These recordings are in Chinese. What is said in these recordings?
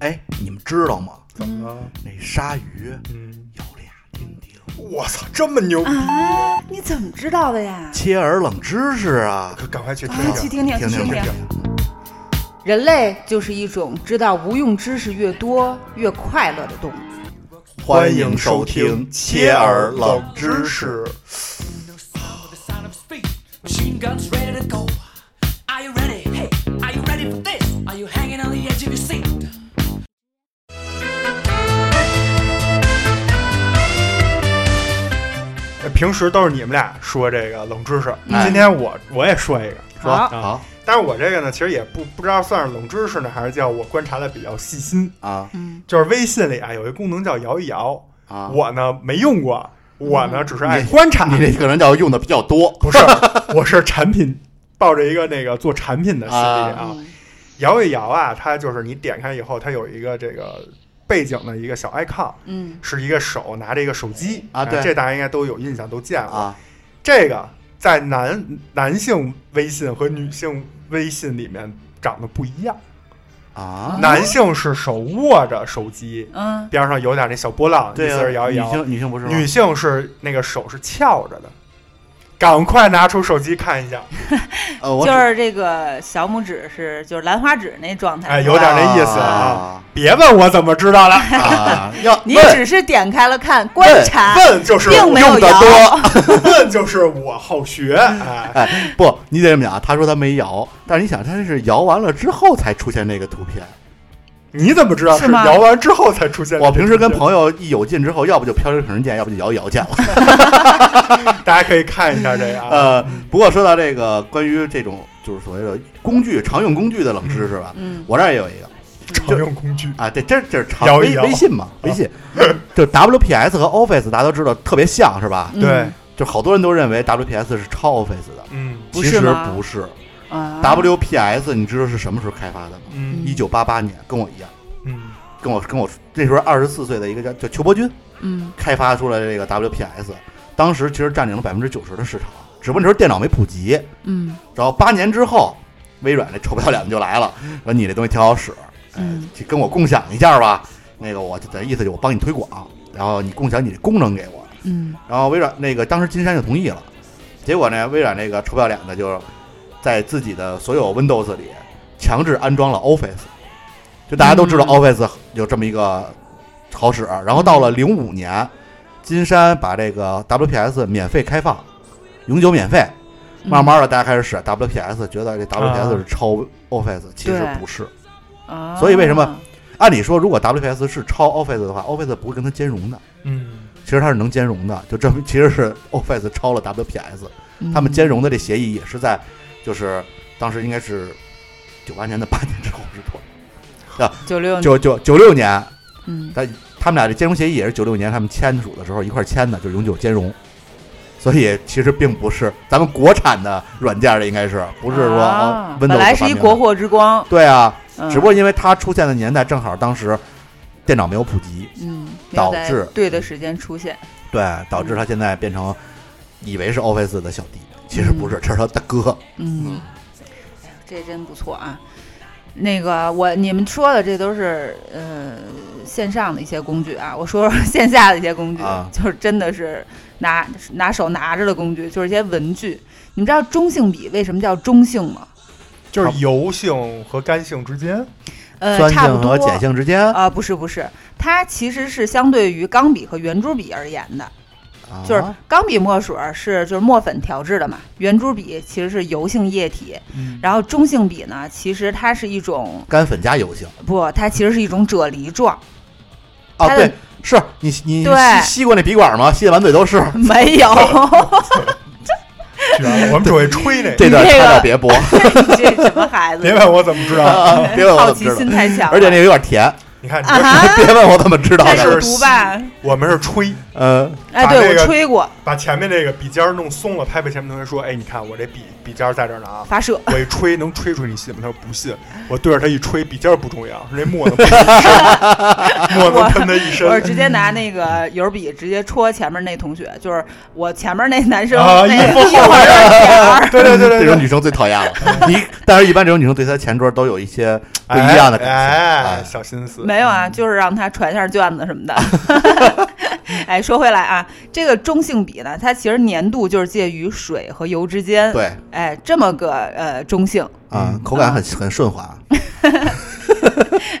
哎，你们知道吗？怎么了？那鲨鱼嗯，有俩钉钉。我操，这么牛！啊，你怎么知道的呀？切耳冷知识啊！可赶快去听啊，去听。听听，去听听听听。人类就是一种知道无用知识越多越快乐的动物。欢迎收听切耳冷知识。 with the sound of speed. Machine guns ready to go. Are you ready? Hey, are you ready for this? Are you hanging on the edge of your seat? 哎平时都是你们俩说这个冷知识，哎今天我我也说一个，说好啊。好但是我这个呢，其实也不不知道算是冷知识呢，还是叫我观察的比较细心。啊就是微信里啊有一功能叫摇一摇，啊！我呢没用过，我嗯呢只是爱你观察。啊你这可能叫用的比较多不是， 我是产品，抱着一个那个做产品的心理啊。摇一摇啊，它就是你点开以后，它有一个这个背景的一个小 icon，嗯，是一个手拿着一个手机哎啊对这大家应该都有印象，都见过。啊！这个在男男性微信和女性微信里面长得不一样，啊，男性是手握着手机，嗯，边上有点那小波浪，对你啊，随着摇一摇女。性女性不是吗女性是那个手是翘着的，赶快拿出手机看一下，呃，我就是这个小拇指是就是兰花指那状态。哎有点那意思啊啊别问我怎么知道了，啊！要你问只是点开了看观察，问就是并没有用的摇。多，问就是我好学，哎，哎，不，你得这么讲啊。他说他没摇，但是你想，他这是摇完了之后才出现这个图片。你怎么知道是是吗摇完之后才出现 的？我平时跟朋友一有劲之后，要不就飘着可人见，要不就摇一摇 见了。大家可以看一下这个啊，呃，不过说到这个关于这种就是所谓的工具常用工具的冷知识吧，嗯，我这儿也有一个常用工具啊，对，这这是常摇一微摇微信嘛，微 信就 WPS 和 Office 大家都知道特别像是嗯吧？对，就好多人都认为 WPS 是抄 Office 的，嗯其不实是吗不是。啊 WPS 你知道是什么时候开发的吗？嗯一九八八年，跟我一样，嗯，跟我跟我那时候二十四岁的一个叫叫裘伯军嗯开发出了这个 WPS，当时其实占领了百分之九十的市场，只不过那时候电脑没普及。嗯然后八年之后，微软那臭不要脸的就来了，说你这东西挺好使，哎嗯，去跟我共享一下吧。那个我的意思就我帮你推广，然后你共享你的功能给我。嗯然后微软那个当时金山就同意了，结果呢，微软那个臭不要脸的就在自己的所有 Windows 里强制安装了 Office，就大家都知道嗯 Office 有这么一个好使。啊然后到了零五年，金山把这个 WPS 免费开放，永久免费。嗯慢慢的，大家开始使啊 WPS，觉得这 WPS 啊是超 Office，其实对不是。啊，所以为什么按理说，如果 WPS 是超 Office 的话，Office 不会跟它兼容的。嗯，其实它是能兼容的，就证明其实是 Office 超了 WPS，他嗯们兼容的这协议也是在，就是当时应该是九八年的八年之后是多九六少？九九九六年，嗯他们俩这兼容协议也是九六年他们签署的时候一块儿签的，就是永久兼容。所以其实并不是咱们国产的软件的，应该是不是说、啊哦 Windows 本来是发明一的国货之光，对啊，嗯只不过因为它出现的年代正好当时电脑没有普及，嗯没有导在致对的时间出现，对，导致它现在变成以为是 Office 的小弟，其实不是，这是他大哥。嗯，这真不错啊。那个我你们说的这都是呃线上的一些工具啊，我说说线下的一些工具，啊就是真的是拿拿手拿着的工具，就是一些文具。你们知道中性笔为什么叫中性吗？就是油性和干性之间，呃，酸差不性多和碱性之间啊、不是不是，它其实是相对于钢笔和圆珠笔而言的，就是啊钢笔墨水儿是就是墨粉调制的嘛，圆珠笔其实是油性液体，嗯，然后中性笔呢，其实它是一种干粉加油性不，它其实是一种啫喱状，啊，它的对，是你你你对吸吸过那笔管吗？吸的满嘴都 是。没有 绝了我们只会吹那个，这段这个掐掉别播， 这什么孩子别，问我怎么知道，别问我怎好么奇知道心。太强了，而且那个有点甜，你看，啊哈 别问我怎么知道它是的，有毒吧？我们是吹，嗯，哎，把对这个我吹过把前面这个笔尖儿弄松了，拍拍前面同学说：“哎，你看我这笔笔尖儿在这儿呢啊。”发射，我一吹能吹出你信吗？他说不信。我对着他一吹，笔尖儿不重要，是那墨能喷墨能喷他一身我是直接拿那个油笔直接戳前面那同学，就是我前面那男生啊！那一副一后会儿边的点 儿，对对对对这对种，女生最讨厌 了。你，但是一般这种女生对她前桌都有一些不哎一样的感情。哎，哎小心思。没有啊，就是让他传一下卷子什么的。 哎，说回来啊，这个中性笔呢，它其实粘度就是介于水和油之间，对哎，这么个呃中性。啊，嗯口感很很顺滑，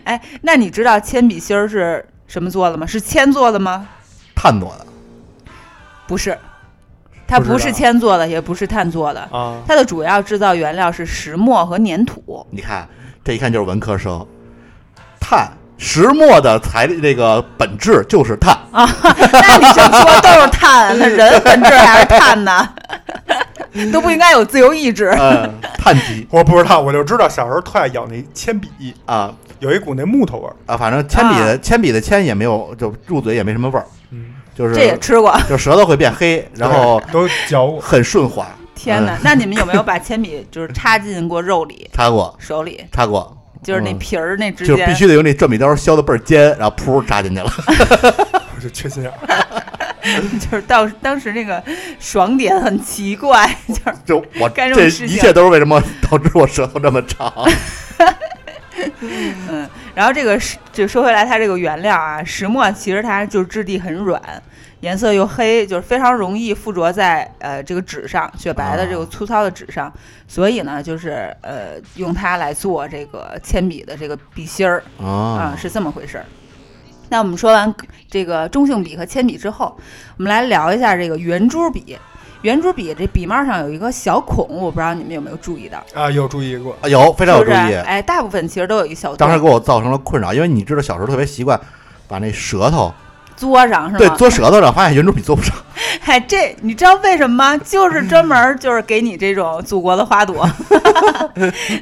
哎，那你知道铅笔芯儿是什么做的吗？是铅做的吗？碳做的。不是，它不知不是道铅做的，也不是碳做的，啊，它的主要制造原料是石墨和粘 土。你看，这一看就是文科生。碳，石墨的材那个本质就是 碳。那你这么说都是 碳，那人本质还是碳呢，都不应该有自由意志。嗯，碳基我不知道，我就知道小时候特爱咬那铅笔，啊有一股那木头味儿。啊，反正铅笔的、啊铅笔的铅也没有，就入嘴也没什么味儿，嗯，就是啊这也吃过，就舌头会变黑，然后对都嚼我。很顺滑。嗯天哪！那你们有没有把铅笔就是插进过 肉里、擦过，手里，擦过，就是那嗯皮儿那之就间必？须得用那转笔刀削的倍儿尖，然后噗扎进去了。 我就缺心眼儿。 就是当当时那个爽点很奇怪，就是就我干这这种事一情切都是为什么导致我舌头这么 长？嗯，然后这个石就说回来，它这个原料啊，石墨其实它就是质地很软，颜色又黑，就是非常容易附着在呃这个纸上，雪白的这个粗糙的纸嗯上，所以呢，就是呃用它来做这个铅笔的这个笔芯儿啊、啊是这么回事儿。那我们说完这个中性笔和铅笔之后，我们来聊一下这个圆珠笔。圆珠笔这笔帽上有一个小孔，我不知道你们有没有注意到，啊，有注意过。啊有非常有是注不是？意，哎，大部分其实都有一小当时洞给我造成了困扰，因为你知道小时候特别习惯把那舌头嘬上是吗？对嘬舌头上，发现圆珠笔做不 上，嗨，这你知道为什么吗？就是专门儿就是给你这种祖国的花朵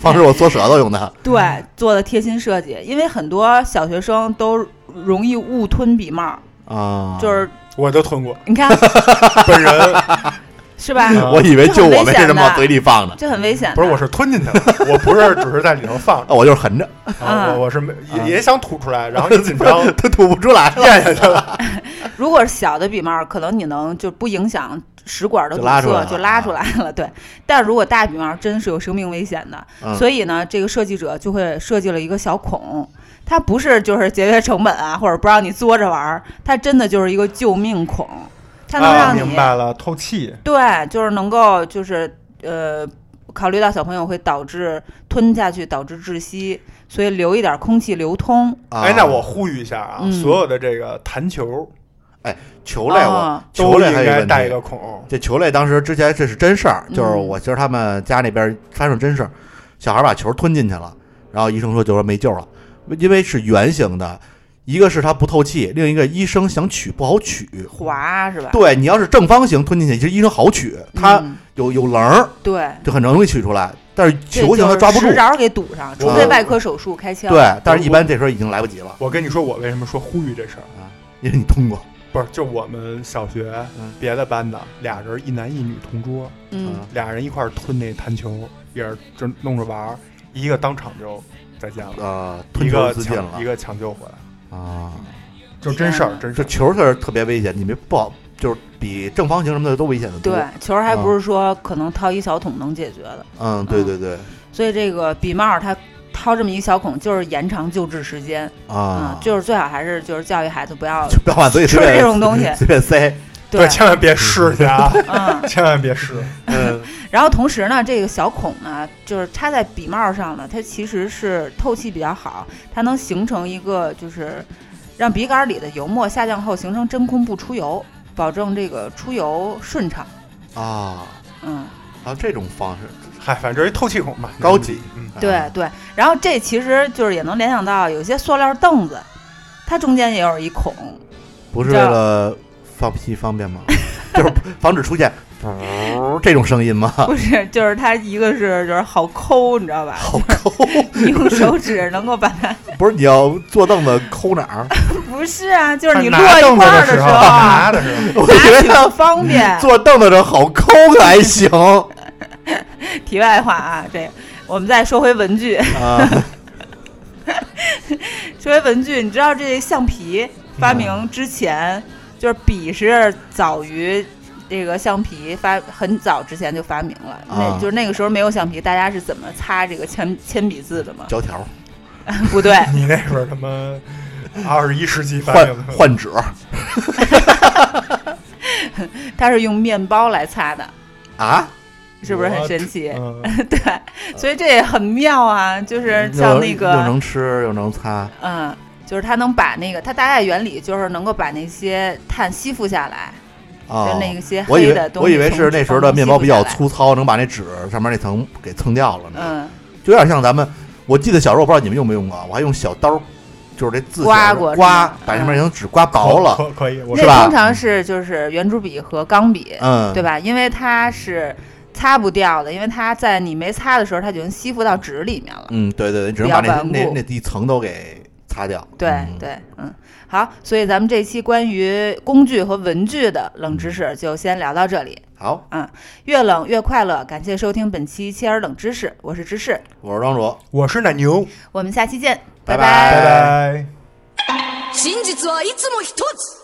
防止我嘬舌头用的。对做的贴心设计，因为很多小学生都容易误吞笔帽儿，啊，就是我都吞过，你看本人是吧？嗯我以为就我没这很危这险的么往嘴里放呢，这很危险的。不是，我是吞进去了，我不是只是在里头放啊，着。我就是横着，啊，啊我我是没啊也也想吐出来，然后一紧张它吐不出来了，咽 下去了。如果是小的笔帽儿，可能你能就不影响食管的就堵拉出来塞，了就拉出来了。对，但如果大笔帽儿真是有生命危险的，嗯所以呢，这个设计者就会设计了一个小孔，它不是就是节约成本啊，或者不让你嘬着玩儿，它真的就是一个救命孔，它能啊，让明你、白了，透气。对，就是能够就是呃，考虑到小朋友会导致呃吞下去导致窒息，所以留一点空气流通。啊哎，那我呼吁一下啊，嗯所有的这个弹球球类我啊球都类应还有该问带一题。个孔。这球类当时之前这是真事儿，嗯就是我觉得他们家那边发生真事儿，小孩把球吞进去了，然后医生说就说没救了，因为是圆形的，一个是它不透气，另一个医生想取不好取。嗯滑是吧？对你要是正方形吞进去，其实医生好取，它嗯有有棱儿，对，就很容易取出来。但是这球形它抓不住嗯就是，勺给堵上，除非外科手术开枪。，对，但是一般这时候已经来不及了，啊我跟你说，我为什么说呼吁这事儿？因为你通过。不是，就我们小学嗯别的班的俩人，一男一女同桌，嗯，俩人一块儿吞那弹球，也是就弄着玩儿，一个当场就再见了，呃，一吞球个自尽抢一了个抢救回来，啊！就真事儿，天哪真事这儿。球是特别危险，你们不好，就是比正方形什么的都危险的多。对，，球儿还不是说可能掏一小桶能解决的，嗯，对对对，所以这个笔帽儿它掏这么一小孔，就是延长救治时间啊嗯，，就是最好还是就是教育孩子不要就不要往嘴里吃随便这种东西随便塞。对，千万别试去啊！嗯。 千万别试。嗯，然后同时呢，这个小孔呢，就是插在笔帽上呢，它其实是透气比较好，它能形成一个就是让笔杆里的油墨下降后形成真空不出油，保证这个出油顺畅。啊，嗯，啊，这种方式嗨，反正就是一透气孔嘛， 高级。嗯，对啊对。然后这其实就是也能联想到有些塑料凳子，它中间也有一孔。 不是为了放屁方便吗？就是防止出现，嗷这种声音吗？ 啊不是，就是它一个是就是好抠，你 知道吧？好抠，你用手指能够把它，不是你要坐凳子抠哪儿？ 不是啊，就是你落拿一凳子块儿时时候，候啊，拿的时候，我以拿为取他不方便。坐凳子这好抠可还行 题外话啊，这个我们再说回文具，啊，说回文具，你知道这橡皮发明嗯之前，就是笔是早于这个橡皮发很早之前就发明了，啊那就是那个时候没有橡皮，大家是怎么擦这个铅铅笔字 的吗？胶条不对，你那会儿他妈二十一世纪发换 明的，换纸它是用面包来擦的，啊，是不是很神奇？嗯， 对，所以这也很妙啊，就是像那嗯又又个，能吃又能擦，嗯，就是它能把那个，它大概原理就是能够把那些碳吸附下来，哦就那些我以黑的为东我西以为从是那纸时候上的吸面包附比下较来，粗糙，能把那纸上面那层给蹭掉了呢，嗯，就有点像咱们，我记得小时候我不知道你们用没用过啊，我还用小刀儿，就是这字小刮时候过是刮吗，把上嗯面那层纸刮薄了，可可以，我那是吧通常是就是圆珠笔和钢笔，嗯，对吧？因为它是擦不掉的，因为它在你没擦的时候，它就已经吸附到纸里面了。嗯，对对，对只能比把那较顽那固那一层都给擦掉。对嗯，对，嗯，好，所以咱们这期关于工具和文具的冷知识就先聊到这里。嗯好，越冷越快乐，感谢收听本期切尔冷知识，我是芝士，我是庄主，我是奶牛，我们下期见，拜拜拜拜拜。真実はいつも一つ